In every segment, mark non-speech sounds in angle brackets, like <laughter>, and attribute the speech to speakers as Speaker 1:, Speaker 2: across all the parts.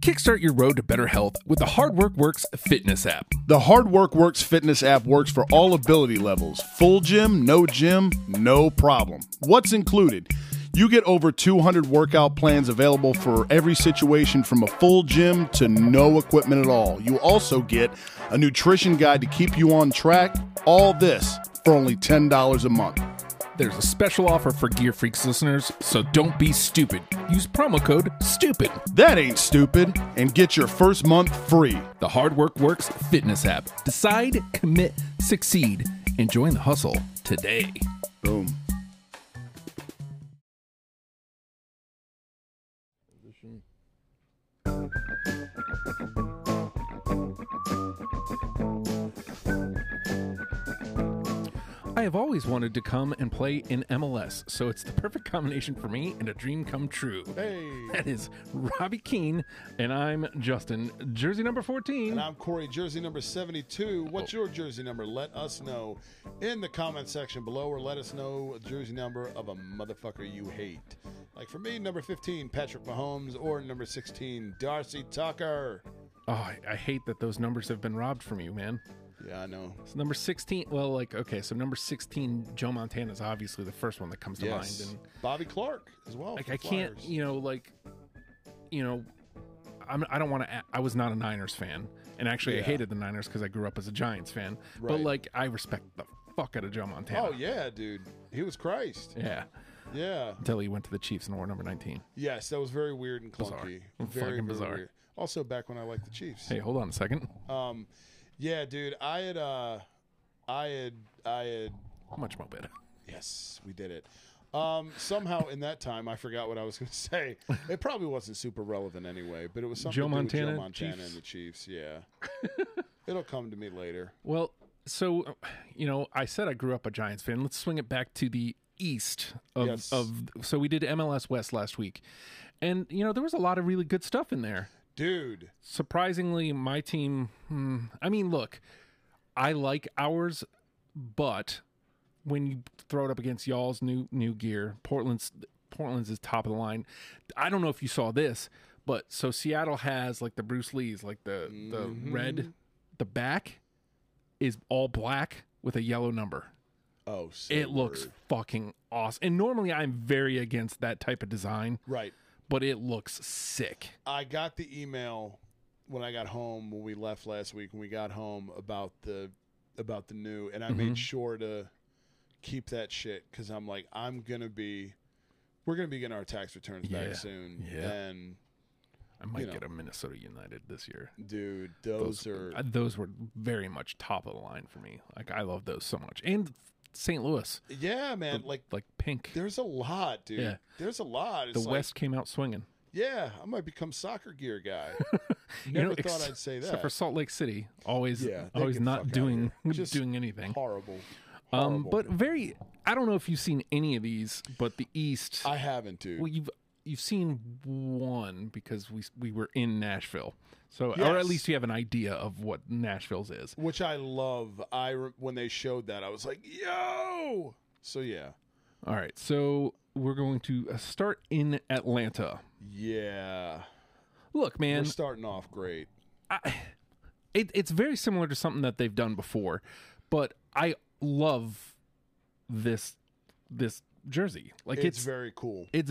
Speaker 1: Kickstart your road to better health with the Hard Work Works fitness app.
Speaker 2: The Hard Work Works fitness app works for all ability levels full gym, no gym, no problem. What's included? You get over 200 workout plans available for every situation from a full gym to no equipment at all. You also get a nutrition guide to keep you on track. All this for only $10 a month.
Speaker 1: There's a special offer for Gear Freaks listeners, so don't be stupid. Use promo code STUPID.
Speaker 2: That ain't stupid. And get your first month free.
Speaker 1: The Hard Work Works fitness app. Decide, commit, succeed, and join the hustle today.
Speaker 2: Boom.
Speaker 1: I have always wanted to come and play in MLS, so it's the perfect combination for me and a dream come true.
Speaker 2: Hey.
Speaker 1: That is Robbie Keane, and I'm Justin, jersey number 14.
Speaker 3: And I'm Corey, jersey number 72. What's your jersey number? Let us know in the comment section below, or let us know a jersey number of a motherfucker you hate. Like for me, number 15, Patrick Mahomes, or number 16, Darcy Tucker.
Speaker 1: Oh, I, I hate that those numbers have been robbed from you, man.
Speaker 3: Yeah, I know.
Speaker 1: It's number 16. Well, like, okay, so number 16, Joe Montana is obviously the first one that comes to
Speaker 3: Yes.
Speaker 1: mind. And
Speaker 3: Bobby Clark as well.
Speaker 1: like
Speaker 3: Oh, for
Speaker 1: I can't,
Speaker 3: Flyers.
Speaker 1: you know, like, you know, I'm, I don't want to. I was not a Niners fan, and actually, I
Speaker 3: Yeah.
Speaker 1: hated the Niners because I grew up as a Giants fan. But
Speaker 3: Right.
Speaker 1: like, I respect the fuck out of Joe Montana.
Speaker 3: Oh, yeah, dude. He was Christ.
Speaker 1: yeah.
Speaker 3: Yeah.
Speaker 1: Until he went to the Chiefs and wore number 19.
Speaker 3: Yes, that was very weird and clunky. Very,
Speaker 1: <laughs> Fucking
Speaker 3: very
Speaker 1: bizarre.
Speaker 3: weird. Also, back when I liked the Chiefs.
Speaker 1: Hey, hold on a second.
Speaker 3: Um, yeah, dude, I had, uh, I had, I had
Speaker 1: Much more better.
Speaker 3: Yes, we did it. Um, somehow in that time, I forgot what I was <laughs> going to say. It probably wasn't super relevant anyway, but it was something
Speaker 1: Joe
Speaker 3: to do
Speaker 1: Montana,
Speaker 3: with Joe Montana
Speaker 1: Chiefs.
Speaker 3: and the Chiefs. Yeah, <laughs> it'll come to me later.
Speaker 1: Well, so uh, you know, I said I grew up a Giants fan. Let's swing it back to the east of,
Speaker 3: Yes.
Speaker 1: of so we did MLS West last week. And you know, there was a lot of really good stuff in there.
Speaker 3: Dude,
Speaker 1: Surprisingly, my team hmm, I mean, look, I like ours, but when you throw it up against y'all's new new gear, Portland's Portland's is top of the line. I don't know if you saw this, but so Seattle has like the Bruce Lee's, like the the red, the back is all black with a yellow number.
Speaker 3: oh, so
Speaker 1: It looks
Speaker 3: weird.
Speaker 1: fucking awesome. And normally I'm very against that type of design,
Speaker 3: right.
Speaker 1: but it looks sick.
Speaker 3: I got the email when I got home when we left last week. When we got home about the about the new, and I
Speaker 1: Mm-hmm.
Speaker 3: made sure to keep that shit because I'm like, I'm gonna be, we're gonna be getting our tax returns
Speaker 1: Yeah.
Speaker 3: back soon,
Speaker 1: Yeah.
Speaker 3: and
Speaker 1: I might
Speaker 3: know.
Speaker 1: get a Minnesota United this year.
Speaker 3: dude, those, are
Speaker 1: Uh, those were very much top of the line for me. Like I love those so much. And St. Louis,
Speaker 3: Yeah, man. Like,
Speaker 1: like pink.
Speaker 3: there's a lot, dude.
Speaker 1: Yeah.
Speaker 3: There's a lot. It's
Speaker 1: The
Speaker 3: like,
Speaker 1: West came out swinging.
Speaker 3: Yeah, I might become soccer gear guy.
Speaker 1: <laughs> You
Speaker 3: Never
Speaker 1: know,
Speaker 3: thought
Speaker 1: ex-
Speaker 3: I'd say that.
Speaker 1: Except for Salt Lake City, always
Speaker 3: Yeah, they
Speaker 1: always
Speaker 3: get the fuck
Speaker 1: not
Speaker 3: outta
Speaker 1: doing <laughs>
Speaker 3: here. Just
Speaker 1: doing anything.
Speaker 3: horrible.
Speaker 1: Um,
Speaker 3: horrible.
Speaker 1: but very. I don't know if you've seen any of these, but the East.
Speaker 3: I haven't, dude.
Speaker 1: well, you've you've seen one because we we were in Nashville, so or at
Speaker 3: Yes.
Speaker 1: least you have an idea of what Nashville's is.
Speaker 3: Which I love. I re- when they showed that, I was like, yo. So yeah,
Speaker 1: All right, so we're going to uh, start in Atlanta.
Speaker 3: yeah.
Speaker 1: Look, man,
Speaker 3: We're starting off great.
Speaker 1: <sighs> it, it's very similar to something that they've done before, but I love this this jersey. Like
Speaker 3: It's,
Speaker 1: it's it's very,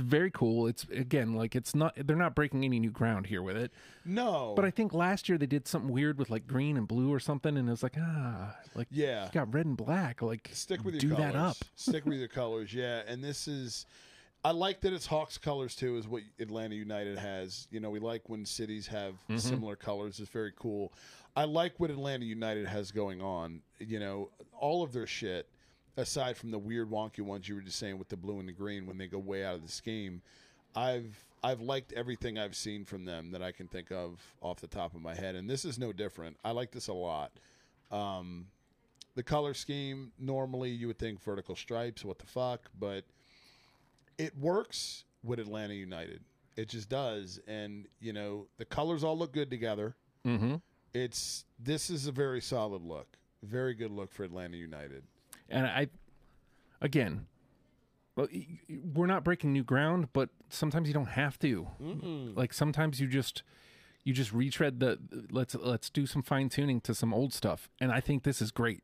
Speaker 3: very cool.
Speaker 1: cool. It's again like it's not they're not breaking any new ground here with it.
Speaker 3: No,
Speaker 1: But I think last year they did something weird with like green and blue or something, and it was like ah, like
Speaker 3: yeah.
Speaker 1: you got red and black. Like
Speaker 3: Stick with your
Speaker 1: do
Speaker 3: colors.
Speaker 1: that up.
Speaker 3: Stick with your colors, yeah. And this is, I like that it's Hawks colors too. Is what Atlanta United has. You know, we like when cities have
Speaker 1: Mm-hmm.
Speaker 3: similar colors. It's very cool. I like what Atlanta United has going on. You know, all of their shit, aside from the weird wonky ones you were just saying with the blue and the green when they go way out of the scheme. I've I've liked everything I've seen from them that I can think of off the top of my head, and this is no different. I like this a lot. Um, the color scheme normally you would think vertical stripes what the fuck but it works with atlanta united it just does and you know the colors all look good together
Speaker 1: Mm-hmm.
Speaker 3: it's this is a very solid look very good look for atlanta united
Speaker 1: And I, again, well, y- y- we're not breaking new ground, but sometimes you don't have to. Like sometimes you just You just retread the let's let's do some fine tuning to some old stuff, and I think this is great.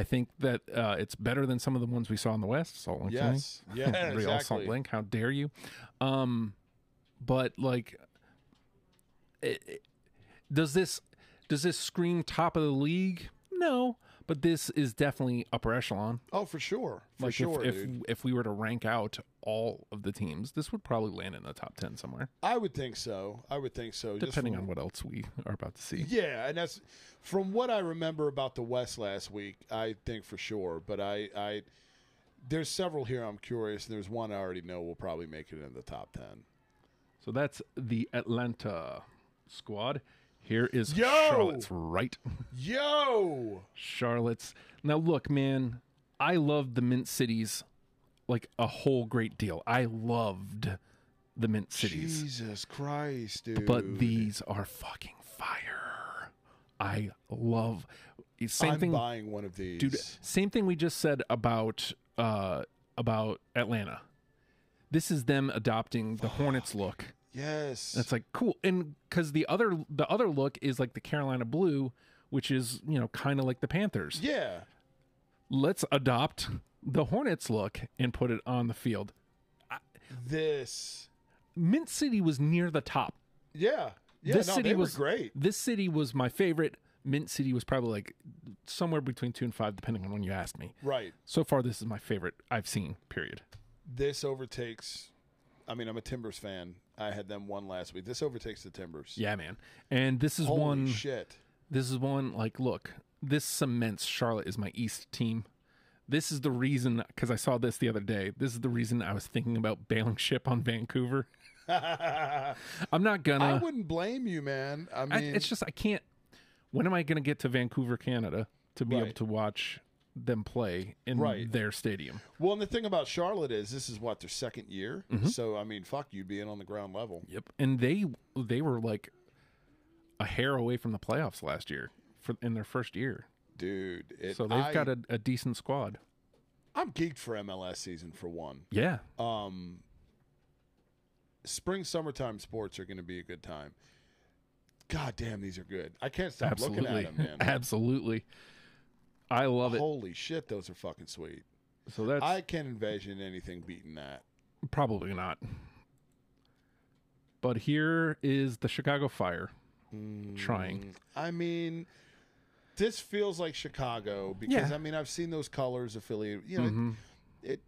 Speaker 1: I think that uh, it's better than some of the ones we saw in the West. Salt Lake, City. <laughs>
Speaker 3: Yes. Yeah.
Speaker 1: Real Salt
Speaker 3: exactly.
Speaker 1: Lake. How dare you? Um, but like, it, it- does this does this scream top of the league? No, but this is definitely upper echelon.
Speaker 3: Oh, for sure. For
Speaker 1: like
Speaker 3: sure,
Speaker 1: if,
Speaker 3: dude.
Speaker 1: if if we were to rank out all of the teams, this would probably land in the top ten somewhere,
Speaker 3: I would think so. I would think so. just
Speaker 1: depending
Speaker 3: from-
Speaker 1: on what else we <laughs> are about to see.
Speaker 3: Yeah, and that's from what I remember about the West last week. I think for sure, but I, I there's several here I'm curious, and there's one I already know will probably make it in the top ten.
Speaker 1: So that's the Atlanta squad. Here is
Speaker 3: Yo!
Speaker 1: Charlotte's right.
Speaker 3: Yo,
Speaker 1: Charlotte's. Now look, man, I loved the Mint Cities like a whole great deal. I loved the Mint Cities.
Speaker 3: Jesus Christ, dude!
Speaker 1: But these are fucking fire. I love same
Speaker 3: I'm
Speaker 1: thing
Speaker 3: buying one of these.
Speaker 1: dude same thing we just said about uh about atlanta this is them adopting the hornets look
Speaker 3: yes,
Speaker 1: that's like cool and because the other the other look is like the carolina blue which is you know kind of like the panthers
Speaker 3: yeah.
Speaker 1: let's adopt the hornets look and put it on the field
Speaker 3: This,
Speaker 1: mint city was near the top
Speaker 3: yeah, yeah.
Speaker 1: this
Speaker 3: no,
Speaker 1: city
Speaker 3: they
Speaker 1: was
Speaker 3: were great.
Speaker 1: this city was my favorite mint city was probably like somewhere between two and five depending on when you asked me
Speaker 3: Right.
Speaker 1: so far this is my favorite i've seen period
Speaker 3: This overtakes. I mean, I'm a Timbers fan. I had them one last week. This overtakes the Timbers.
Speaker 1: Yeah, man. And this is
Speaker 3: Holy
Speaker 1: one.
Speaker 3: shit.
Speaker 1: This is one. Like, look, this cements Charlotte is my East team. This is the reason because I saw this the other day. This is the reason I was thinking about bailing ship on Vancouver.
Speaker 3: <laughs>
Speaker 1: I'm not
Speaker 3: I
Speaker 1: gonna.
Speaker 3: wouldn't blame you, man. I
Speaker 1: Uh, I
Speaker 3: mean,
Speaker 1: it's just I can't. When am I gonna get to Vancouver, Canada, to be able
Speaker 3: Right.
Speaker 1: to watch them play in
Speaker 3: Right.
Speaker 1: their stadium?
Speaker 3: well, and the thing about Charlotte is this is what their second year.
Speaker 1: Mm-hmm.
Speaker 3: So I mean, fuck you being on the ground level.
Speaker 1: Yep. And they they were like a hair away from the playoffs last year for in their first year.
Speaker 3: Dude, it,
Speaker 1: So they've
Speaker 3: I,
Speaker 1: got a, a decent squad.
Speaker 3: I'm geeked for MLS season for one.
Speaker 1: Yeah.
Speaker 3: Um spring summertime sports are going to be a good time. God damn, these are good. I can't stop looking at them, man.
Speaker 1: <laughs> Absolutely. I love it.
Speaker 3: Holy shit, those are fucking sweet.
Speaker 1: So that's
Speaker 3: I can't envision anything beating that.
Speaker 1: probably not. But here is the Chicago Fire trying.
Speaker 3: Mm, I mean, this feels like Chicago because
Speaker 1: Yeah. Mm-hmm.
Speaker 3: I mean I've seen those colors affiliated. You know, it, it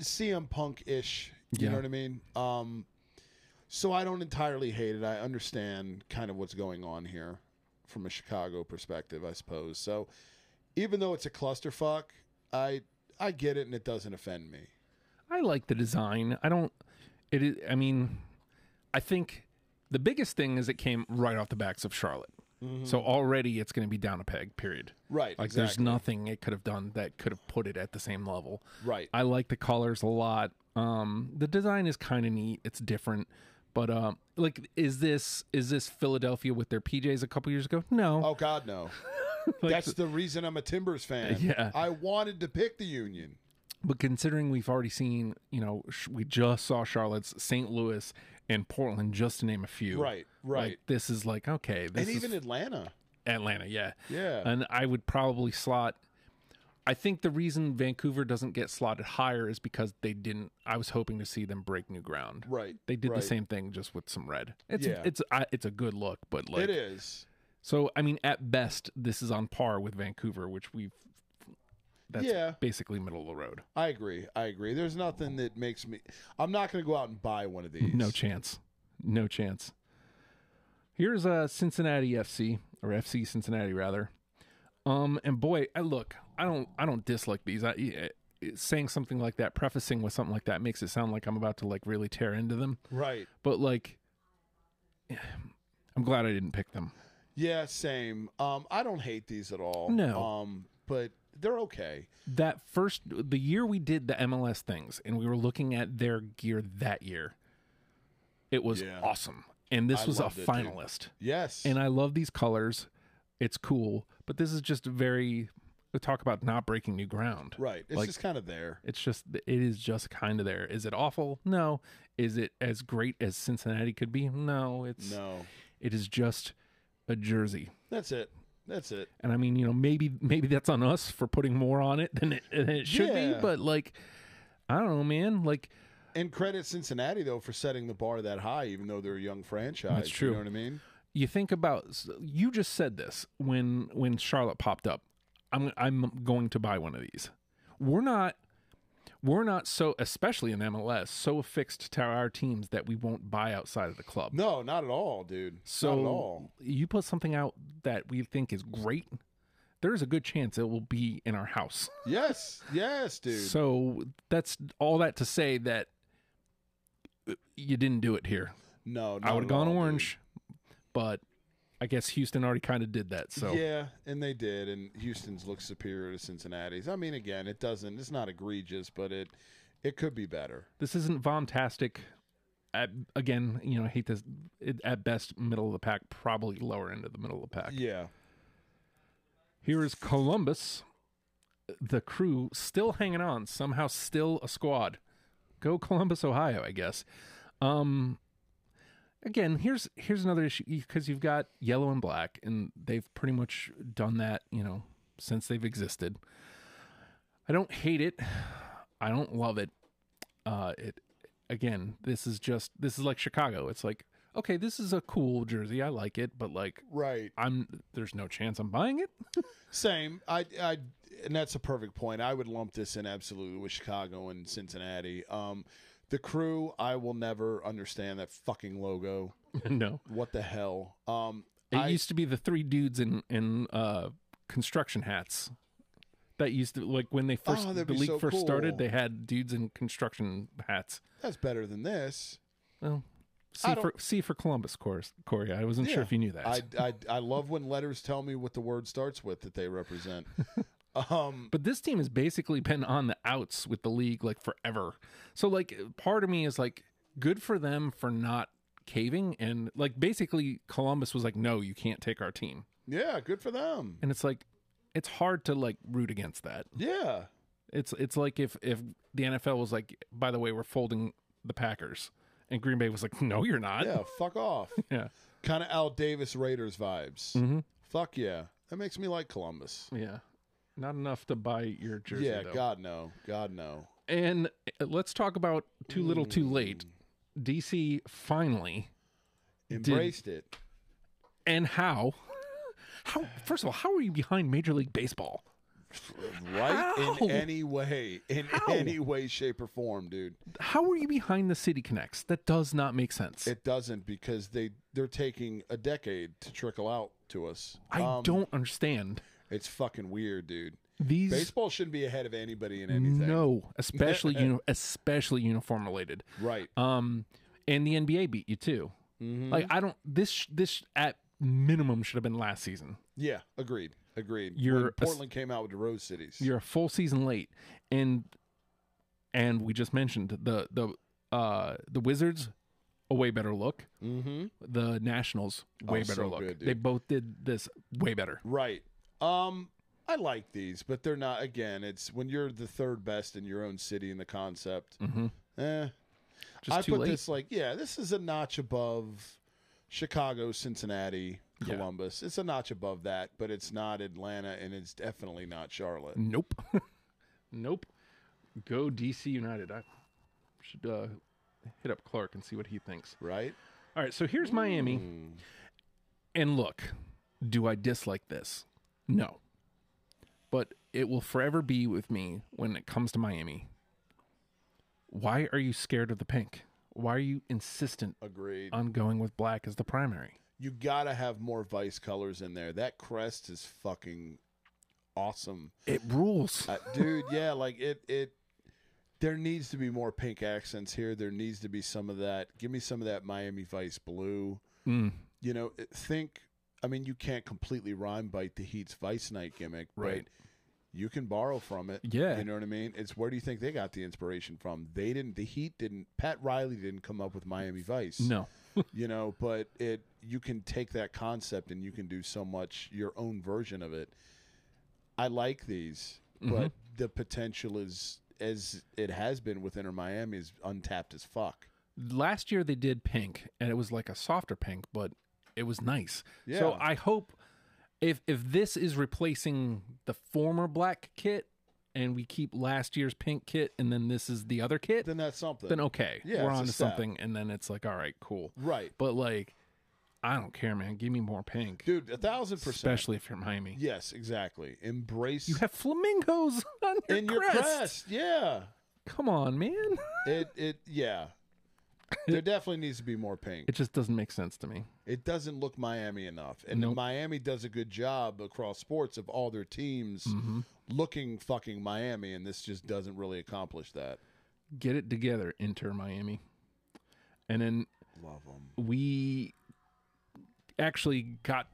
Speaker 3: CM Punk ish. You
Speaker 1: Yeah.
Speaker 3: know what I mean? Um, so I don't entirely hate it. I understand kind of what's going on here from a Chicago perspective, I suppose. So even though it's a clusterfuck, I I get it and it doesn't offend me.
Speaker 1: I like the design. I don't it is I mean I think the biggest thing is it came right off the backs of Charlotte.
Speaker 3: Mm-hmm.
Speaker 1: So already it's going to be down a peg, period.
Speaker 3: Right.
Speaker 1: Like
Speaker 3: exactly.
Speaker 1: there's nothing it could have done that could have put it at the same level.
Speaker 3: Right.
Speaker 1: I like the colors a lot. Um, the design is kind of neat. It's different, but um, like, is this is this Philadelphia with their PJs a couple years ago? No,
Speaker 3: Oh God, no!
Speaker 1: <laughs> Like,
Speaker 3: That's the reason I'm a Timbers fan.
Speaker 1: <laughs> Yeah.
Speaker 3: I wanted to pick the Union.
Speaker 1: but considering we've already seen, you know, sh- we just saw Charlotte's, St. Louis, and Portland, just to name a few.
Speaker 3: Right, right.
Speaker 1: Like, this is like okay, this
Speaker 3: and even
Speaker 1: is
Speaker 3: Atlanta.
Speaker 1: Atlanta, yeah,
Speaker 3: Yeah.
Speaker 1: and I would probably slot. I think the reason Vancouver doesn't get slotted higher is because they didn't. I was hoping to see them break new ground.
Speaker 3: right.
Speaker 1: They did
Speaker 3: right.
Speaker 1: the same thing just with some red. It's
Speaker 3: Yeah.
Speaker 1: it's I, it's a good look, but like
Speaker 3: it is.
Speaker 1: so I mean at best this is on par with Vancouver, which we've that's
Speaker 3: Yeah.
Speaker 1: basically middle of the road.
Speaker 3: I agree. I agree. There's nothing that makes me. I'm not going to go out and buy one of these.
Speaker 1: No chance. No chance. Here's uh Cincinnati FC or FC Cincinnati rather. Um and boy, I look, I don't I don't dislike these. I eh, eh, saying something like that, prefacing with something like that makes it sound like I'm about to like really tear into them.
Speaker 3: Right.
Speaker 1: But like I'm glad I didn't pick them.
Speaker 3: Yeah. Same. Um. I don't hate these at all.
Speaker 1: No.
Speaker 3: Um. But they're okay.
Speaker 1: that first the year we did the MLS things and we were looking at their gear that year, it was
Speaker 3: Yeah.
Speaker 1: awesome. And this
Speaker 3: I
Speaker 1: was a
Speaker 3: loved it, too.
Speaker 1: finalist.
Speaker 3: Yes.
Speaker 1: And I love these colors. It's cool, but this is just very we talk about not breaking new ground.
Speaker 3: right. It's
Speaker 1: like-
Speaker 3: just kind of there.
Speaker 1: It's just it is just kind of there. Is it awful? No. Is it as great as Cincinnati could be? No. It's
Speaker 3: No.
Speaker 1: It is just a jersey.
Speaker 3: That's it. That's it.
Speaker 1: And I mean, you know, maybe maybe that's on us for putting more on it than it, than it should
Speaker 3: Yeah.
Speaker 1: be, but like I don't know, man. Like
Speaker 3: And credit Cincinnati though for setting the bar that high, even though they're a young franchise.
Speaker 1: That's true.
Speaker 3: You know what I mean?
Speaker 1: you think about you just said this when when Charlotte popped up. I'm I'm going to buy one of these. We're not we're not so especially in MLS so affixed to our teams that we won't buy outside of the club.
Speaker 3: No, not at all, dude.
Speaker 1: So
Speaker 3: not at all.
Speaker 1: you put something out that we think is great, there's a good chance it will be in our house.
Speaker 3: Yes, yes, dude.
Speaker 1: So that's all that to say that uh, you didn't do it here.
Speaker 3: no,
Speaker 1: I
Speaker 3: not
Speaker 1: would have
Speaker 3: at
Speaker 1: gone
Speaker 3: all, dude.
Speaker 1: orange, but I guess Houston already kind of did that. So
Speaker 3: Yeah, and they did, and Houston's looks superior to Cincinnati's. I mean, again, it doesn't. It's not egregious, but it it could be better.
Speaker 1: this isn't vomtastic. At, again, you know, I hate this. It, at best, middle of the pack, probably lower end of the middle of the pack.
Speaker 3: Yeah,
Speaker 1: Here is Columbus, the crew still hanging on, somehow still a squad. Go Columbus, Ohio, I guess. Um again, here's here's another issue because you've got yellow and black and they've pretty much done that, you know, since they've existed. I don't hate it. I don't love it. Uh it again, this is just this is like Chicago. It's like, okay, this is a cool jersey. I like it, but like
Speaker 3: right.
Speaker 1: I'm there's no chance I'm buying it.
Speaker 3: Same. I, I, and that's a perfect point. I would lump this in absolutely with Chicago and Cincinnati. Um, the crew, I will never understand that fucking logo.
Speaker 1: <laughs> no.
Speaker 3: What the hell? Um,
Speaker 1: It
Speaker 3: I,
Speaker 1: used to be the three dudes in in uh, construction hats. That used to like when they first
Speaker 3: Oh,
Speaker 1: the
Speaker 3: that'd be
Speaker 1: league
Speaker 3: so
Speaker 1: first
Speaker 3: cool.
Speaker 1: started, they had dudes in construction hats.
Speaker 3: that's better than this.
Speaker 1: Well,
Speaker 3: I
Speaker 1: C for C for Columbus, course Corey. I wasn't
Speaker 3: Yeah.
Speaker 1: sure if you knew that,
Speaker 3: I, I, I love when letters tell me what the word starts with that they
Speaker 1: <laughs>
Speaker 3: represent. um,
Speaker 1: but this team has basically been on the outs with the league like forever. So like, part of me is like, good for them for not caving and like basically Columbus was like, no, you can't take our team,
Speaker 3: yeah, good for them.
Speaker 1: and it's like, it's hard to like root against that.
Speaker 3: Yeah,
Speaker 1: It's it's like if if the NFL was like, by the way, we're folding the Packers, and Green Bay was like, no, you're not.
Speaker 3: yeah. Fuck off.
Speaker 1: <laughs> Yeah.
Speaker 3: Kind of Al Davis Raiders vibes.
Speaker 1: Mhm.
Speaker 3: Fuck yeah. That makes me like Columbus.
Speaker 1: Yeah. Not enough to buy your jersey.
Speaker 3: yeah,
Speaker 1: though.
Speaker 3: God no, God no.
Speaker 1: And uh, let's talk about too little,
Speaker 3: Mm.
Speaker 1: too late. DC finally,
Speaker 3: Embraced it.
Speaker 1: and how? <laughs> How? First of all, how are you behind Major League Baseball?
Speaker 3: right
Speaker 1: How?
Speaker 3: in any way in
Speaker 1: How?
Speaker 3: any way shape or form dude
Speaker 1: How are you behind the City Connects? That does not make sense.
Speaker 3: it doesn't because they they're taking a decade to trickle out to us
Speaker 1: I
Speaker 3: Um,
Speaker 1: don't understand
Speaker 3: it's fucking weird dude
Speaker 1: these.
Speaker 3: baseball shouldn't be ahead of anybody in anything <laughs>
Speaker 1: no, especially uni- especially uniform related.
Speaker 3: right
Speaker 1: Um, and the NBA beat you too.
Speaker 3: Mm-hmm.
Speaker 1: Like I don't this this at minimum should have been last season.
Speaker 3: yeah agreed agreed
Speaker 1: You're
Speaker 3: when
Speaker 1: a-
Speaker 3: portland came out with the rose cities
Speaker 1: You're a full season late, and and we just mentioned the the uh the Wizards a way better look.
Speaker 3: mm-hmm.
Speaker 1: The Nationals way
Speaker 3: Oh,
Speaker 1: better
Speaker 3: so
Speaker 1: look.
Speaker 3: good, dude.
Speaker 1: they both did this way better.
Speaker 3: right um i like these but they're not again it's when you're the third best in your own city in the concept
Speaker 1: Mhm.
Speaker 3: eh,
Speaker 1: Just
Speaker 3: I
Speaker 1: too
Speaker 3: put
Speaker 1: late.
Speaker 3: this like, yeah, this is a notch above Chicago, Cincinnati,
Speaker 1: Yeah.
Speaker 3: Columbus. It's a notch above that, but it's not Atlanta and it's definitely not Charlotte.
Speaker 1: Nope. <laughs> nope. Go DC United. I should uh, hit up Clark and see what he thinks.
Speaker 3: Right?
Speaker 1: All right, so here's Miami. And look, do I dislike this? No. But it will forever be with me when it comes to Miami. Why are you scared of the pink? Why are you insistent
Speaker 3: Agreed.
Speaker 1: on going with black as the primary?
Speaker 3: you got to have more vice colors in there. That crest is fucking awesome.
Speaker 1: It rules.
Speaker 3: Uh, dude, yeah, like it it there needs to be more pink accents here. There needs to be some of that. Give me some of that Miami Vice blue.
Speaker 1: Mm,
Speaker 3: you know, it- think. I mean, you can't completely rhyme bite the Heat's Vice Night gimmick,
Speaker 1: Right.
Speaker 3: But you can borrow from it.
Speaker 1: Yeah.
Speaker 3: you know what I mean. It's where do you think they got the inspiration from? They didn't. The Heat didn't. Pat Riley didn't come up with Miami Vice.
Speaker 1: no.
Speaker 3: you know, but it you can take that concept and you can do so much your own version of it. I like these,
Speaker 1: Mm-hmm.
Speaker 3: but the potential is as it has been with Inter Miami is untapped as fuck.
Speaker 1: Last year they did pink, and it was like a softer pink, but It was nice.
Speaker 3: Yeah.
Speaker 1: So I hope if if this is replacing the former black kit and we keep last year's pink kit and then this is the other kit, then, oh,
Speaker 3: then that's something.
Speaker 1: okay.
Speaker 3: Yeah,
Speaker 1: we're
Speaker 3: it's a
Speaker 1: on to
Speaker 3: step.
Speaker 1: something and then it's like all right, cool.
Speaker 3: right,
Speaker 1: But like I don't care, man. Give me more pink.
Speaker 3: dude, a thousand percent.
Speaker 1: especially if you're Miami.
Speaker 3: Yes, exactly. Embrace
Speaker 1: You have flamingos <laughs> on your,
Speaker 3: in your
Speaker 1: crest.
Speaker 3: crest. Yeah.
Speaker 1: Come on, man. <laughs>
Speaker 3: It it yeah. There definitely needs to be more pink.
Speaker 1: It just doesn't make sense to me.
Speaker 3: It doesn't look Miami enough, and
Speaker 1: Nope.
Speaker 3: Miami does a good job across sports of all their teams
Speaker 1: Mm-hmm.
Speaker 3: looking fucking Miami, and this just doesn't really accomplish that.
Speaker 1: Get it together, enter Miami. And then
Speaker 3: Love them.
Speaker 1: we actually got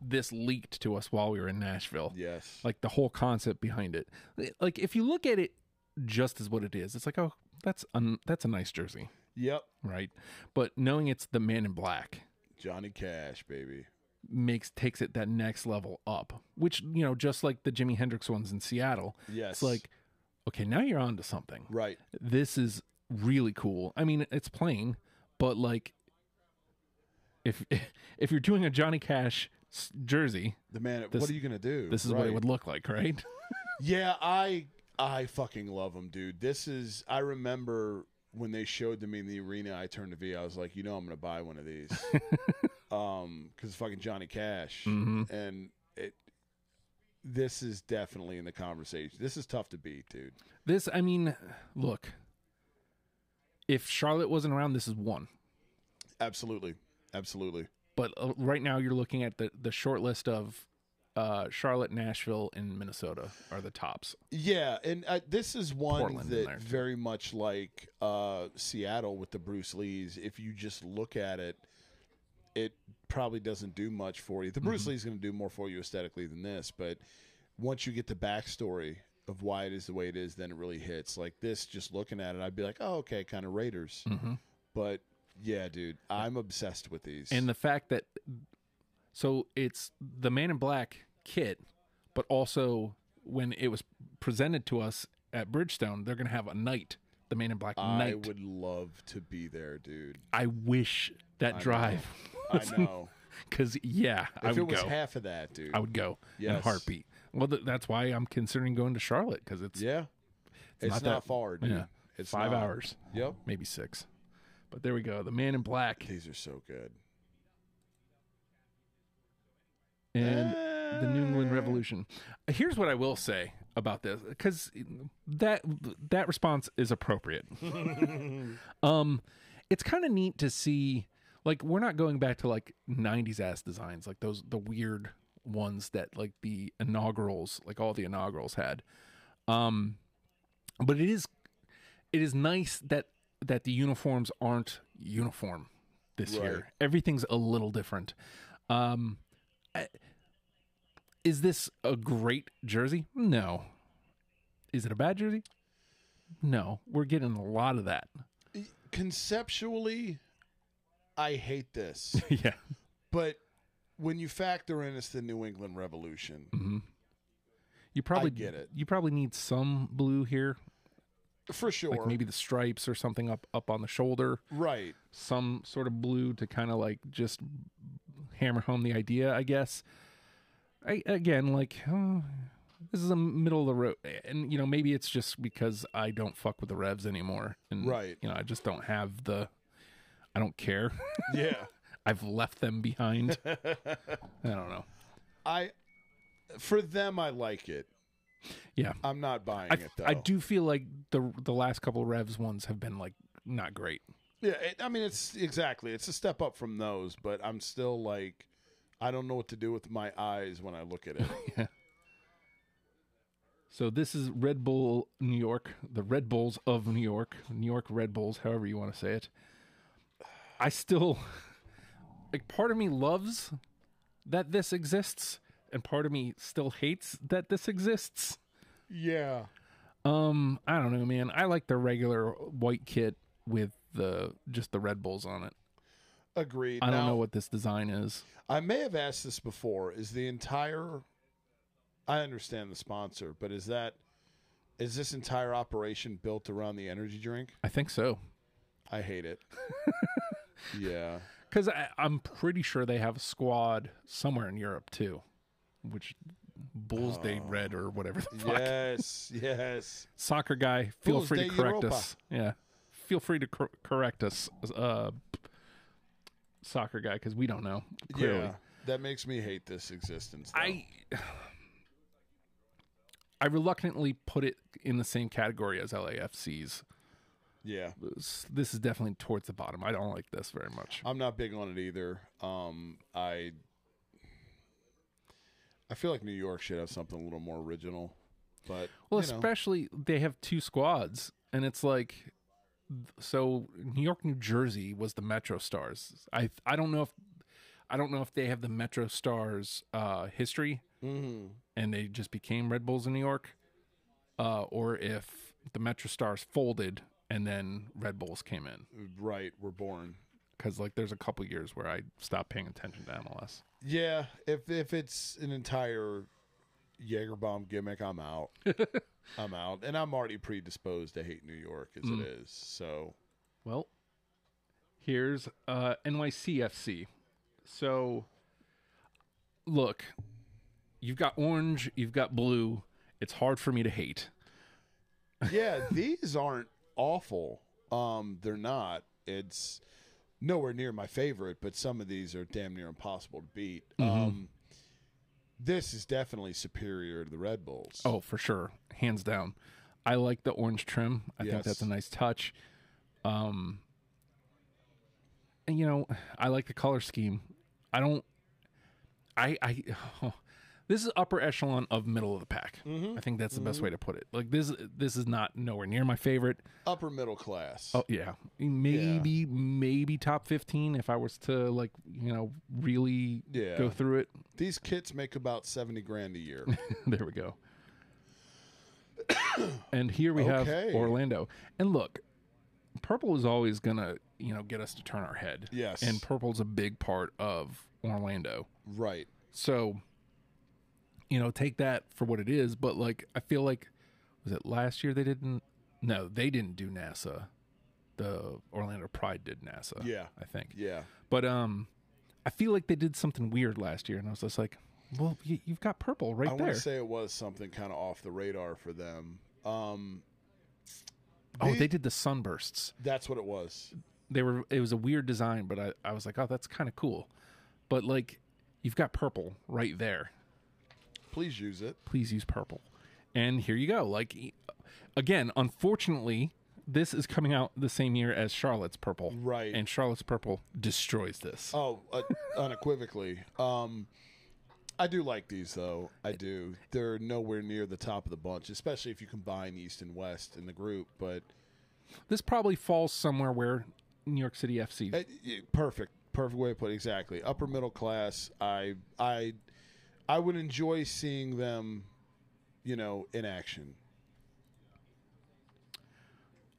Speaker 1: this leaked to us while we were in Nashville.
Speaker 3: Yes.
Speaker 1: Like the whole concept behind it. Like if you look at it just as what it is, it's like, oh, that's un- that's a nice jersey,
Speaker 3: yep.
Speaker 1: right? But knowing it's the man in black
Speaker 3: Johnny Cash, baby.
Speaker 1: makes takes it that next level up. Which, you know, just like the Jimi Hendrix ones in Seattle,
Speaker 3: Yes.
Speaker 1: it's like, okay, now you're on to something.
Speaker 3: right.
Speaker 1: This is really cool. I mean, it's plain, but like if <laughs> if you're doing a Johnny Cash s- jersey,
Speaker 3: The man.
Speaker 1: This-
Speaker 3: what are you gonna do?
Speaker 1: this is what it
Speaker 3: Right.
Speaker 1: would look like, right? <laughs>
Speaker 3: Yeah, I I fucking love them, dude. This is I remember when they showed them in the arena. I turned to V. I was like, you know, I'm gonna buy one of these, um, because fucking Johnny Cash,
Speaker 1: Mhm.
Speaker 3: and it. This is definitely in the conversation. This is tough to beat, dude.
Speaker 1: This, I mean, look. If Charlotte wasn't around, this is one.
Speaker 3: Absolutely, absolutely.
Speaker 1: But uh, right now you're looking at the the short list of uh, Charlotte, Nashville, and Minnesota are the tops.
Speaker 3: Yeah, and uh, this is one
Speaker 1: Portland in there,
Speaker 3: that
Speaker 1: too.
Speaker 3: very much like uh, Seattle with the Bruce Lees. If you just look at it, it probably doesn't do much for you. The
Speaker 1: Mm-hmm.
Speaker 3: Bruce Lee's going to do more for you aesthetically than this, but once you get the backstory of why it is the way it is, then it really hits. Like this, just looking at it, I'd be like, oh, okay, kind of Raiders.
Speaker 1: Mm-hmm.
Speaker 3: But yeah, dude, I'm obsessed with these.
Speaker 1: And the fact that so it's the Man in Black kit, but also when it was presented to us at Bridgestone, they're going to have a night, the Man in Black
Speaker 3: I
Speaker 1: night.
Speaker 3: would love to be
Speaker 1: <laughs>
Speaker 3: there, dude.
Speaker 1: I wish that
Speaker 3: I
Speaker 1: drive
Speaker 3: I know.
Speaker 1: because yeah, I
Speaker 3: if it
Speaker 1: would
Speaker 3: was
Speaker 1: go.
Speaker 3: half of that, dude.
Speaker 1: I would go in a
Speaker 3: Yes.
Speaker 1: heartbeat. Well, th- that's why I'm considering going to Charlotte because it's
Speaker 3: Yeah. It's,
Speaker 1: not
Speaker 3: not,
Speaker 1: that-
Speaker 3: far, dude.
Speaker 1: yeah,
Speaker 3: It's
Speaker 1: five
Speaker 3: not.
Speaker 1: hours,
Speaker 3: Yep.
Speaker 1: maybe six. But there we go. The Man in Black
Speaker 3: These are so good.
Speaker 1: and the New England Revolution. Here's what I will say about this because that that response is appropriate. um, it's kind of neat to see. Like we're not going back to like '90s ass designs, like those the weird ones that like the inaugurals, like all the inaugurals had. Um, but it is it is nice that that the uniforms aren't uniform this
Speaker 3: Right.
Speaker 1: year. Everything's a little different. Um, I- is this a great jersey? No. Is it a bad jersey? No. We're getting a lot of that. <laughs>
Speaker 3: E, Conceptually, I hate this. <laughs>
Speaker 1: yeah.
Speaker 3: but when you factor in it's the New England Revolution.
Speaker 1: hmm You probably
Speaker 3: get it.
Speaker 1: You probably need some blue here,
Speaker 3: For sure.
Speaker 1: like maybe the stripes or something up up on the shoulder. <laughs>
Speaker 3: Right.
Speaker 1: some sort of blue to kind of like just hammer home the idea, I guess. I again like oh, this is a middle of the road, and you know maybe it's just because I don't fuck with the revs anymore, and
Speaker 3: Right.
Speaker 1: you know I just don't have the, I don't care. <laughs>
Speaker 3: Yeah.
Speaker 1: I've left them
Speaker 3: <laughs>
Speaker 1: behind. I don't know.
Speaker 3: I for them I like it.
Speaker 1: Yeah,
Speaker 3: I'm not buying
Speaker 1: I,
Speaker 3: it though.
Speaker 1: I do feel like the the last couple of revs ones have been like not great.
Speaker 3: Yeah, it, I mean it's exactly. It's a step up from those, but I'm still like I don't know what to do with my eyes when I
Speaker 1: <laughs>
Speaker 3: look at it.
Speaker 1: So this is Red Bull New York, the Red Bulls of New York, New York Red Bulls, however you want to say it. I still <laughs> like part of me loves that this exists and part of me still hates that this exists.
Speaker 3: yeah.
Speaker 1: Um, I don't know, man. I like the regular white kit with the just the Red Bulls on it.
Speaker 3: Agreed.
Speaker 1: I don't
Speaker 3: Now-
Speaker 1: know what this design is.
Speaker 3: I may have asked this before. Is the entire I understand the sponsor, but is that is this entire operation built around the energy drink?
Speaker 1: <laughs> I think so.
Speaker 3: I hate it. yeah.
Speaker 1: because I'm pretty sure they have a squad somewhere in Europe too, which Bulls Day
Speaker 3: Oh.
Speaker 1: Red or whatever the fuck.
Speaker 3: Yes, yes.
Speaker 1: <laughs> Soccer guy, feel
Speaker 3: Bulls
Speaker 1: free
Speaker 3: Day
Speaker 1: to correct
Speaker 3: Europa.
Speaker 1: us. Yeah, feel free to cor- correct us, uh, soccer guy, because we don't know clearly.
Speaker 3: Yeah. That makes me hate this existence. though.
Speaker 1: I <sighs> I reluctantly put it in the same category as LAFC's.
Speaker 3: yeah.
Speaker 1: This this is definitely towards the bottom. I don't like this very much.
Speaker 3: I'm not big on it either. Um, I I feel like New York should have something a little more original, but
Speaker 1: Well,
Speaker 3: you know,
Speaker 1: especially they have two squads, and it's like so New York, New Jersey was the Metro Stars. I I don't know if I don't know if they have the Metro Stars uh, history,
Speaker 3: Mm-hmm.
Speaker 1: and they just became Red Bulls in New York, uh, or if the Metro Stars folded and then Red Bulls came in.
Speaker 3: right, we're born.
Speaker 1: Because like there's a couple years where I stopped paying attention to MLS.
Speaker 3: Yeah, if if it's an entire Jagerbomb gimmick,
Speaker 1: <laughs>
Speaker 3: I'm out. I'm out, and I'm already predisposed to hate New York as it
Speaker 1: Mm.
Speaker 3: is. So
Speaker 1: Well, here's uh, NYCFC. So, look, you've got orange, you've got blue. It's hard for me to hate.
Speaker 3: yeah, these aren't awful. Um, they're not. It's nowhere near my favorite, but some of these are damn near impossible to beat.
Speaker 1: Mm-hmm.
Speaker 3: Um, this is definitely superior to the Red Bulls.
Speaker 1: Oh, for sure, hands down. I like the orange trim. I think
Speaker 3: Yes.
Speaker 1: that's a nice touch. Um, and you know, I like the color scheme. I don't. I I. <laughs> this is upper echelon of middle of the pack. I think that's the best way to put it. Like this, this is not nowhere near my favorite.
Speaker 3: upper middle class.
Speaker 1: Oh yeah, maybe maybe top fifteen if I was to like you know really
Speaker 3: Yeah.
Speaker 1: go through it. <laughs>
Speaker 3: These kits make about seventy grand a year.
Speaker 1: there we go. <coughs> and here we
Speaker 3: Okay.
Speaker 1: have Orlando. And look, purple is always gonna you know get us to turn our head.
Speaker 3: Yes.
Speaker 1: and purple's a big part of Orlando.
Speaker 3: right.
Speaker 1: So you know take that for what it is. But like I feel like was it last year they didn't? No, they didn't do NASA. The Orlando Pride did NASA.
Speaker 3: Yeah.
Speaker 1: I think.
Speaker 3: Yeah.
Speaker 1: But um, I feel like they did something weird last year, and I was just like, "Well, y- you've got purple right
Speaker 3: I
Speaker 1: there."
Speaker 3: want to say it was something kind of off the radar for them. Um,
Speaker 1: oh, they did the sunbursts.
Speaker 3: that's what it was.
Speaker 1: They were. It was a weird design, but I, I was like, "Oh, that's kind of cool." But like, you've got purple right there.
Speaker 3: Please use it.
Speaker 1: Please use purple. And here you go. Like, e- again, unfortunately, this is coming out the same year as Charlotte's purple.
Speaker 3: Right.
Speaker 1: And Charlotte's purple destroys this.
Speaker 3: Oh, uh, unequivocally. Um, I do like these though. I do. They're nowhere near the top of the bunch, especially if you combine East and West in the group. But
Speaker 1: This probably falls somewhere where New York City FC
Speaker 3: Uh, y- perfect, perfect way to put it. Exactly, upper middle class. I, I, I would enjoy seeing them, you know, in action.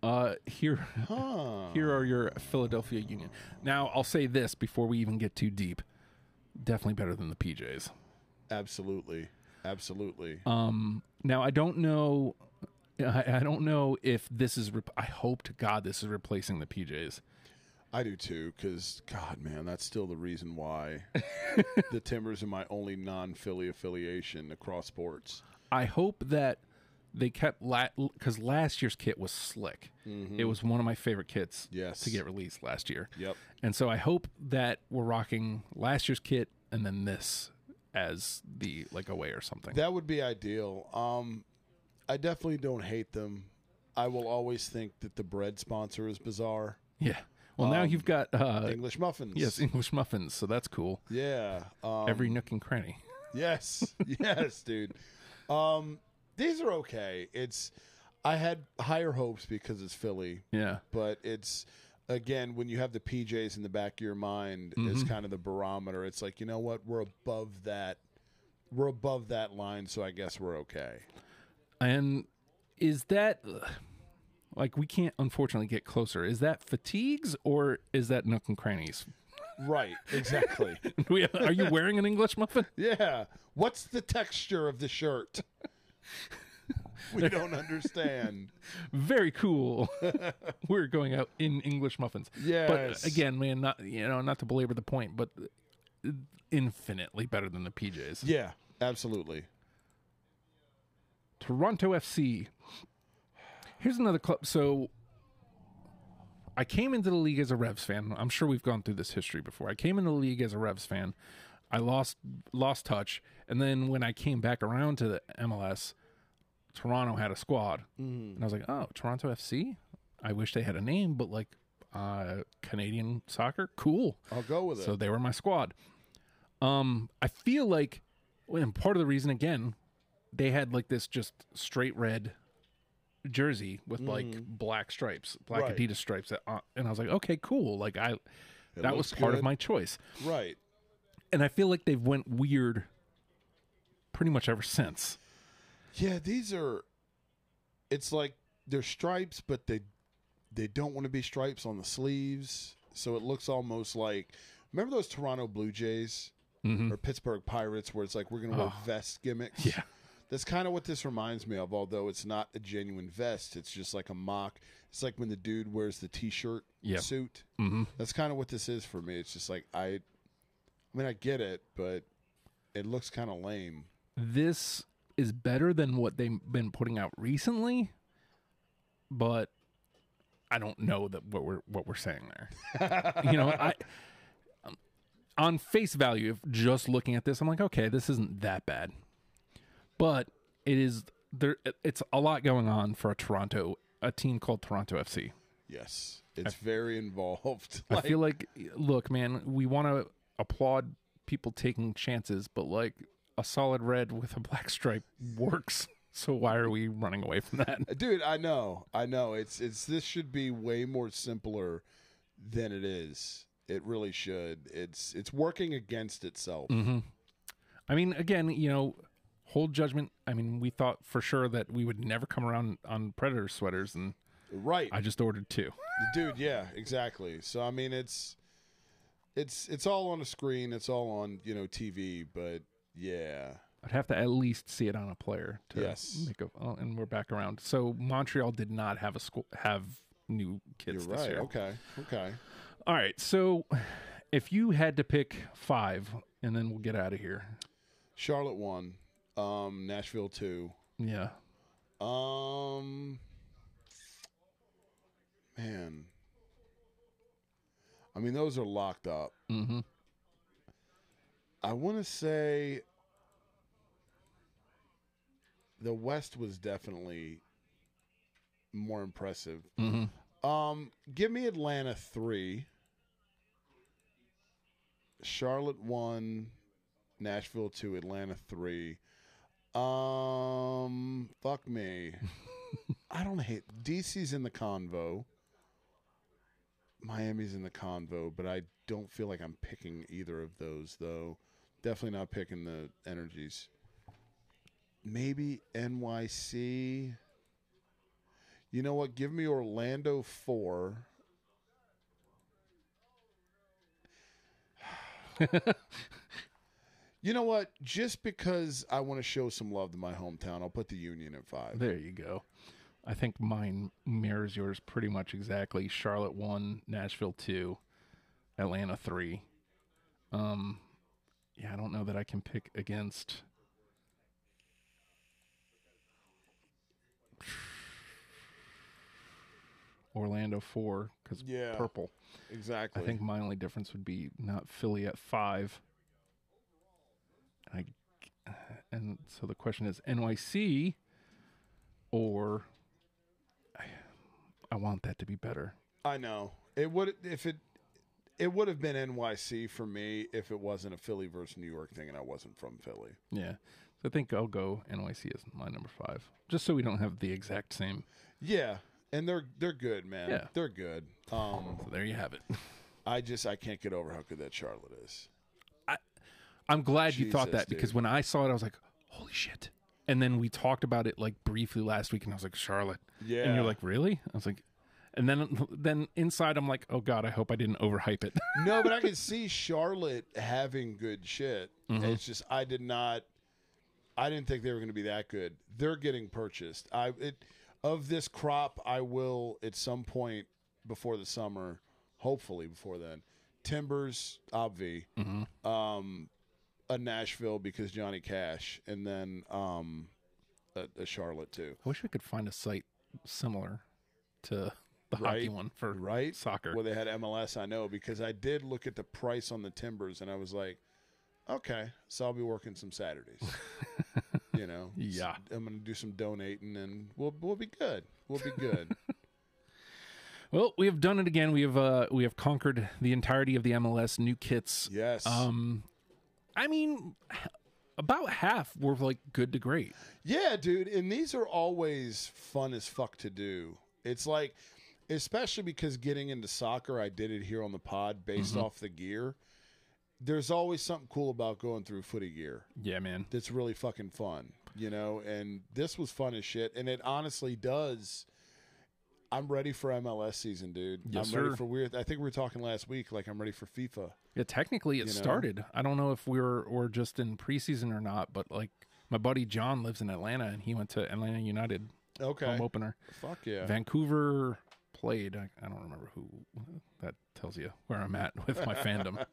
Speaker 1: Uh, here, <laughs>
Speaker 3: Huh.
Speaker 1: here are your Philadelphia Union. Now, I'll say this before we even get too deep. Definitely better than the PJs.
Speaker 3: Absolutely, absolutely.
Speaker 1: Um, now I don't know. I, I don't know if this is. Rep- I hope to God this is replacing the PJs.
Speaker 3: I do too, because God, man, that's still the reason why
Speaker 1: <laughs>
Speaker 3: the Timbers are my only non-Philly affiliation across sports.
Speaker 1: I hope that they kept because last year's kit was slick. It was one of my favorite kits
Speaker 3: Mm-hmm. Yes.
Speaker 1: to get released last year.
Speaker 3: Yep.
Speaker 1: And so I hope that we're rocking last year's kit and then this as the like away or something.
Speaker 3: That would be ideal. Um, I definitely don't hate them. I will always think that the bread sponsor is bizarre.
Speaker 1: yeah. Well, now
Speaker 3: Um,
Speaker 1: you've got uh,
Speaker 3: English muffins.
Speaker 1: Yes, English muffins. So that's cool.
Speaker 3: Yeah. Um,
Speaker 1: Every nook and cranny.
Speaker 3: Yes. <laughs> Yes, dude. Um, these are okay. It's. I had higher hopes because it's Philly,
Speaker 1: Yeah.
Speaker 3: but it's again when you have the PJs in the back of your mind, it's kind of the barometer. It's like you know what, we're above that. We're above that line, so I guess we're okay.
Speaker 1: And is that uh, like we can't unfortunately get closer? Is that fatigues or is that nook and crannies? <laughs>
Speaker 3: Right. Exactly.
Speaker 1: We- Are you wearing an English muffin?
Speaker 3: yeah. What's the texture of the shirt? we don't understand.
Speaker 1: Very
Speaker 3: <laughs>
Speaker 1: cool. We're going out in English muffins.
Speaker 3: Yes.
Speaker 1: But again, man, not you know, not to belabor the point, but infinitely better than the PJs.
Speaker 3: Yeah, absolutely.
Speaker 1: Toronto FC. Here's another club. So I came into the league as a Revs fan. I'm sure we've gone through this history before. I came into the league as a Revs fan. I lost lost touch, and then when I came back around to the MLS, Toronto had a squad, and I was like, "Oh, Toronto FC. I wish they had a name, but like uh, Canadian soccer, cool."
Speaker 3: I'll go with it.
Speaker 1: So they were my squad. Um, I feel like, and part of the reason again, they had like this just straight red jersey with like black stripes, black
Speaker 3: Mm-hmm. Right.
Speaker 1: Adidas stripes, that, uh, and I was like, okay, cool. Like I, that was
Speaker 3: looks
Speaker 1: part
Speaker 3: good.
Speaker 1: of my choice,
Speaker 3: right.
Speaker 1: and I feel like they've went weird, pretty much ever since.
Speaker 3: Yeah, these are. It's like they're stripes, but they they don't want to be stripes on the sleeves, so it looks almost like. Remember those Toronto Blue Jays or Pittsburgh Pirates, where it's like we're gonna wear vest gimmicks.
Speaker 1: Mm-hmm. Oh. Yeah.
Speaker 3: That's kind of what this reminds me of, although it's not a genuine vest. It's just like a mock. It's like when the dude wears the T-shirt
Speaker 1: Yeah.
Speaker 3: suit.
Speaker 1: Mm-hmm.
Speaker 3: That's kind of what this is for me. It's just like I, I mean, I get it, but it looks kind of lame.
Speaker 1: This is better than what they've been putting out recently, but I don't know that what we're what we're saying there. you know, I um, on face value, if just looking at this, I'm like, okay, this isn't that bad, but it is there. it- It's a lot going on for a Toronto, a team called Toronto FC.
Speaker 3: Yes, it's very involved. <laughs>
Speaker 1: I feel like, look, man, we want to applaud people taking chances, but like a solid red with a black stripe works. <laughs> So why are we running away from that? <laughs>
Speaker 3: dude i know i know it's it's this should be way more simpler than it is it really should it's it's working against itself
Speaker 1: Mm-hmm. I mean, again, you know, hold judgment. I mean, we thought for sure that we would never come around on Predator sweaters, and
Speaker 3: right
Speaker 1: I just ordered two.
Speaker 3: dude yeah exactly so i mean it's it's it's all on a screen it's all on you know tv but yeah
Speaker 1: I'd have to at least see it on a player to
Speaker 3: Yes.
Speaker 1: make a. Oh, and we're back around. So Montreal did not have a school have new
Speaker 3: you're
Speaker 1: kids this
Speaker 3: right
Speaker 1: year.
Speaker 3: okay okay
Speaker 1: All right. So if you had to pick five, and then we'll get out of here.
Speaker 3: charlotte won um nashville two
Speaker 1: Yeah.
Speaker 3: Um, man, I mean those are locked up.
Speaker 1: Mm-hmm.
Speaker 3: I want to say the West was definitely more impressive.
Speaker 1: Mm-hmm.
Speaker 3: Um, give me Atlanta three, Charlotte one, Nashville two, Atlanta three. Um, fuck me. I don't hate DC's in the convo. Miami's in the convo, but I don't feel like I'm picking either of those though. Definitely not picking the energies. Maybe NYC. You know what? Give me Orlando four. <sighs> you know what? Just because I want to show some love to my hometown, I'll put the Union at five.
Speaker 1: There you go. I think mine mirrors yours pretty much exactly. Charlotte one, Nashville two, Atlanta three. Um, yeah, I don't know that I can pick against. Orlando four because
Speaker 3: Yeah.
Speaker 1: purple.
Speaker 3: Exactly.
Speaker 1: I think my only difference would be not Philly at five. And I, and so the question is NYC or I, I want that to be better.
Speaker 3: I know it would if it it would have been NYC for me if it wasn't a Philly versus New York thing and I wasn't from Philly.
Speaker 1: Yeah. So I think I'll go NYC as my number five, just so we don't have the exact same.
Speaker 3: Yeah, and they're they're good, man.
Speaker 1: Yeah.
Speaker 3: They're good. Um,
Speaker 1: So there you have it. <laughs>
Speaker 3: I just I can't get over how good that Charlotte is.
Speaker 1: I'm glad you thought
Speaker 3: Jesus,
Speaker 1: that because
Speaker 3: dude.
Speaker 1: when I saw it, I was like, holy shit. And then we talked about it like briefly last week, and I was like, Charlotte.
Speaker 3: Yeah,
Speaker 1: And you're like, really? I was like, and then then inside I'm like, oh god, I hope I didn't overhype it. <laughs>
Speaker 3: no, but I can see Charlotte having good shit. It's just I did not. I didn't think they were going to be that good. They're getting purchased. I it of this crop, I will at some point before the summer, hopefully before then. Timbers, Obvi, um, a Nashville because Johnny Cash, and then um, a, a Charlotte too.
Speaker 1: I wish we could find a site similar to the hockey
Speaker 3: Right.
Speaker 1: one for
Speaker 3: Right?
Speaker 1: soccer.
Speaker 3: Well, they had MLS, I know, because I did look at the price on the Timbers and I was like, okay, so I'll be working
Speaker 1: <laughs>
Speaker 3: some Saturdays. you know?
Speaker 1: Yeah.
Speaker 3: I'm going to do some donating and we'll, we'll be good. We'll be
Speaker 1: <laughs>
Speaker 3: good.
Speaker 1: Well, we have done it again. We have uh, we have conquered the entirety of the MLS new kits.
Speaker 3: yes.
Speaker 1: Um, I mean, h- about half were like good to great.
Speaker 3: Yeah, dude, and these are always fun as fuck to do. It's like, especially because getting into soccer, I did it here on the pod based
Speaker 1: Mm-hmm.
Speaker 3: off the gear. There's always something cool about going through footy gear
Speaker 1: Yeah, man.
Speaker 3: that's really fucking fun, you know. And this was fun as shit, and it honestly does. I'm ready for MLS season, dude.
Speaker 1: Yes,
Speaker 3: I'm
Speaker 1: sir.
Speaker 3: ready for weird. I think we were talking last week, like I'm ready for FIFA.
Speaker 1: Yeah, technically it
Speaker 3: You know?
Speaker 1: started. I don't know if we were we're just in preseason or not, but like my buddy John lives in Atlanta and he went to Atlanta United
Speaker 3: Okay,
Speaker 1: home opener.
Speaker 3: fuck yeah.
Speaker 1: Vancouver played. I, I don't remember who. That tells you where I'm at with my
Speaker 3: <laughs>
Speaker 1: fandom.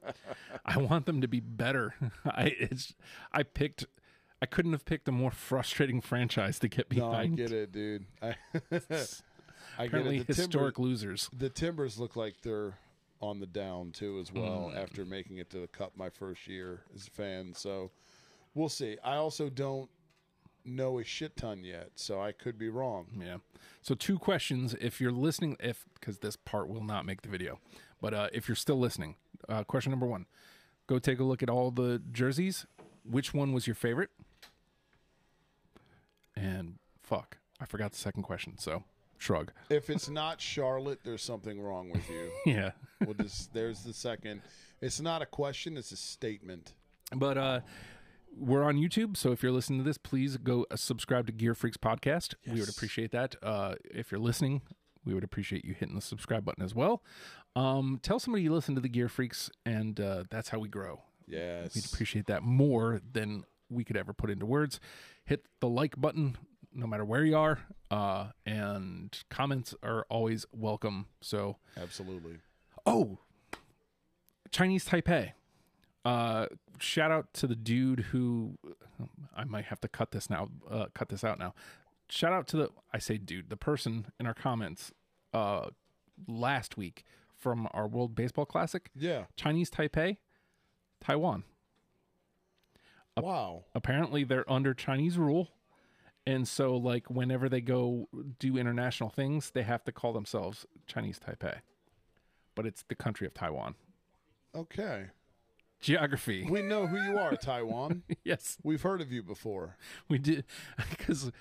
Speaker 1: I want them to be better. <laughs> I it's I picked. I couldn't have picked a more frustrating franchise to get
Speaker 3: no, I
Speaker 1: behind.
Speaker 3: get it, dude. <laughs> I, I get
Speaker 1: Apparently,
Speaker 3: it. The Timbers-
Speaker 1: historic losers.
Speaker 3: The Timbers look like they're on the down too, as well.
Speaker 1: Mm.
Speaker 3: After making it to the Cup my first year as a fan, so we'll see. I also don't know a shit ton yet, so I could be wrong.
Speaker 1: Yeah. So two questions. If you're listening, if because this part will not make the video, but uh, if you're still listening, uh, question number one: Go take a look at all the jerseys. Which one was your favorite? And fuck, I forgot the second question. So shrug.
Speaker 3: If it's not Charlotte, there's something wrong with you.
Speaker 1: Yeah.
Speaker 3: We'll just there's the second. It's not a question; it's a statement.
Speaker 1: But uh, we're on YouTube, so if you're listening to this, please go uh, subscribe to Gear Freaks Podcast. We would appreciate that. Uh, if you're listening, we would appreciate you hitting the subscribe button as well. Um, tell somebody you listen to the Gear Freaks, and uh, that's how we grow. We'd
Speaker 3: Yes.
Speaker 1: appreciate that more than we could ever put into words. Hit the like button, no matter where you are, uh, and comments are always welcome. So
Speaker 3: Absolutely.
Speaker 1: Oh, Chinese Taipei. Uh, shout out to the dude who I might have to cut this now. Uh, cut this out now. Shout out to the I say dude, the person in our comments uh, last week from our World Baseball Classic,
Speaker 3: Yeah.
Speaker 1: Chinese Taipei, Taiwan.
Speaker 3: Wow.
Speaker 1: Apparently, they're under Chinese rule. And so, like, whenever they go do international things, they have to call themselves Chinese Taipei. But it's the country of Taiwan.
Speaker 3: Okay.
Speaker 1: Geography.
Speaker 3: We know who you are, Taiwan.
Speaker 1: <laughs> yes,
Speaker 3: We've heard of you before.
Speaker 1: we did. <laughs> Because,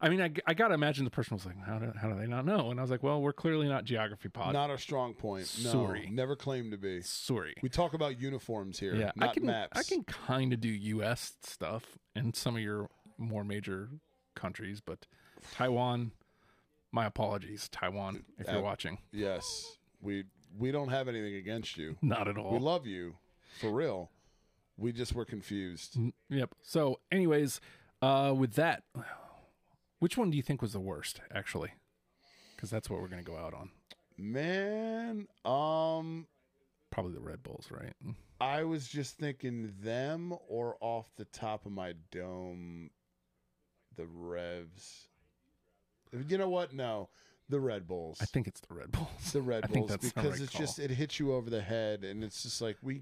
Speaker 1: I mean, I, I got to imagine the person was like, how do, how do they not know? And I was like, well, we're clearly not geography pod.
Speaker 3: Not our strong point. No.
Speaker 1: Uh, Sorry.
Speaker 3: Never claimed to be.
Speaker 1: Sorry.
Speaker 3: We talk about uniforms here,
Speaker 1: yeah,
Speaker 3: not
Speaker 1: I can
Speaker 3: maps.
Speaker 1: I can kind of do U.S. stuff and some of your more major countries, but Taiwan. My apologies, Taiwan, if you're
Speaker 3: Uh,
Speaker 1: watching.
Speaker 3: Yes, we we don't have anything against you.
Speaker 1: Not at all.
Speaker 3: We love you, for real. We just were confused.
Speaker 1: Mm, Yep. So, anyways, uh, with that, which one do you think was the worst, actually? Because that's what we're going to go out on.
Speaker 3: Man, um,
Speaker 1: Probably the Red Bulls, right?
Speaker 3: I was just thinking them or off the top of my dome, the Revs. You know what? No, the Red Bulls.
Speaker 1: I think it's the Red Bulls. <laughs>
Speaker 3: the Red
Speaker 1: I think
Speaker 3: Bulls
Speaker 1: that's the
Speaker 3: because
Speaker 1: right
Speaker 3: it's
Speaker 1: call.
Speaker 3: just it hits you over the head, and it's just like we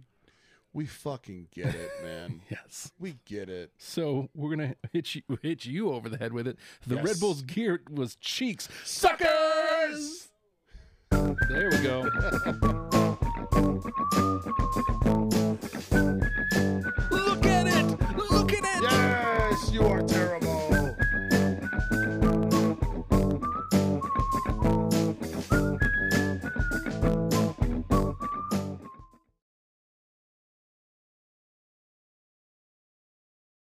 Speaker 3: we fucking get it,
Speaker 1: <laughs>
Speaker 3: man.
Speaker 1: Yes.
Speaker 3: we get it.
Speaker 1: So we're gonna hit you hit you over the head with it. The Red
Speaker 3: Yes.
Speaker 1: Bulls gear was cheeks. Suckers. There we go.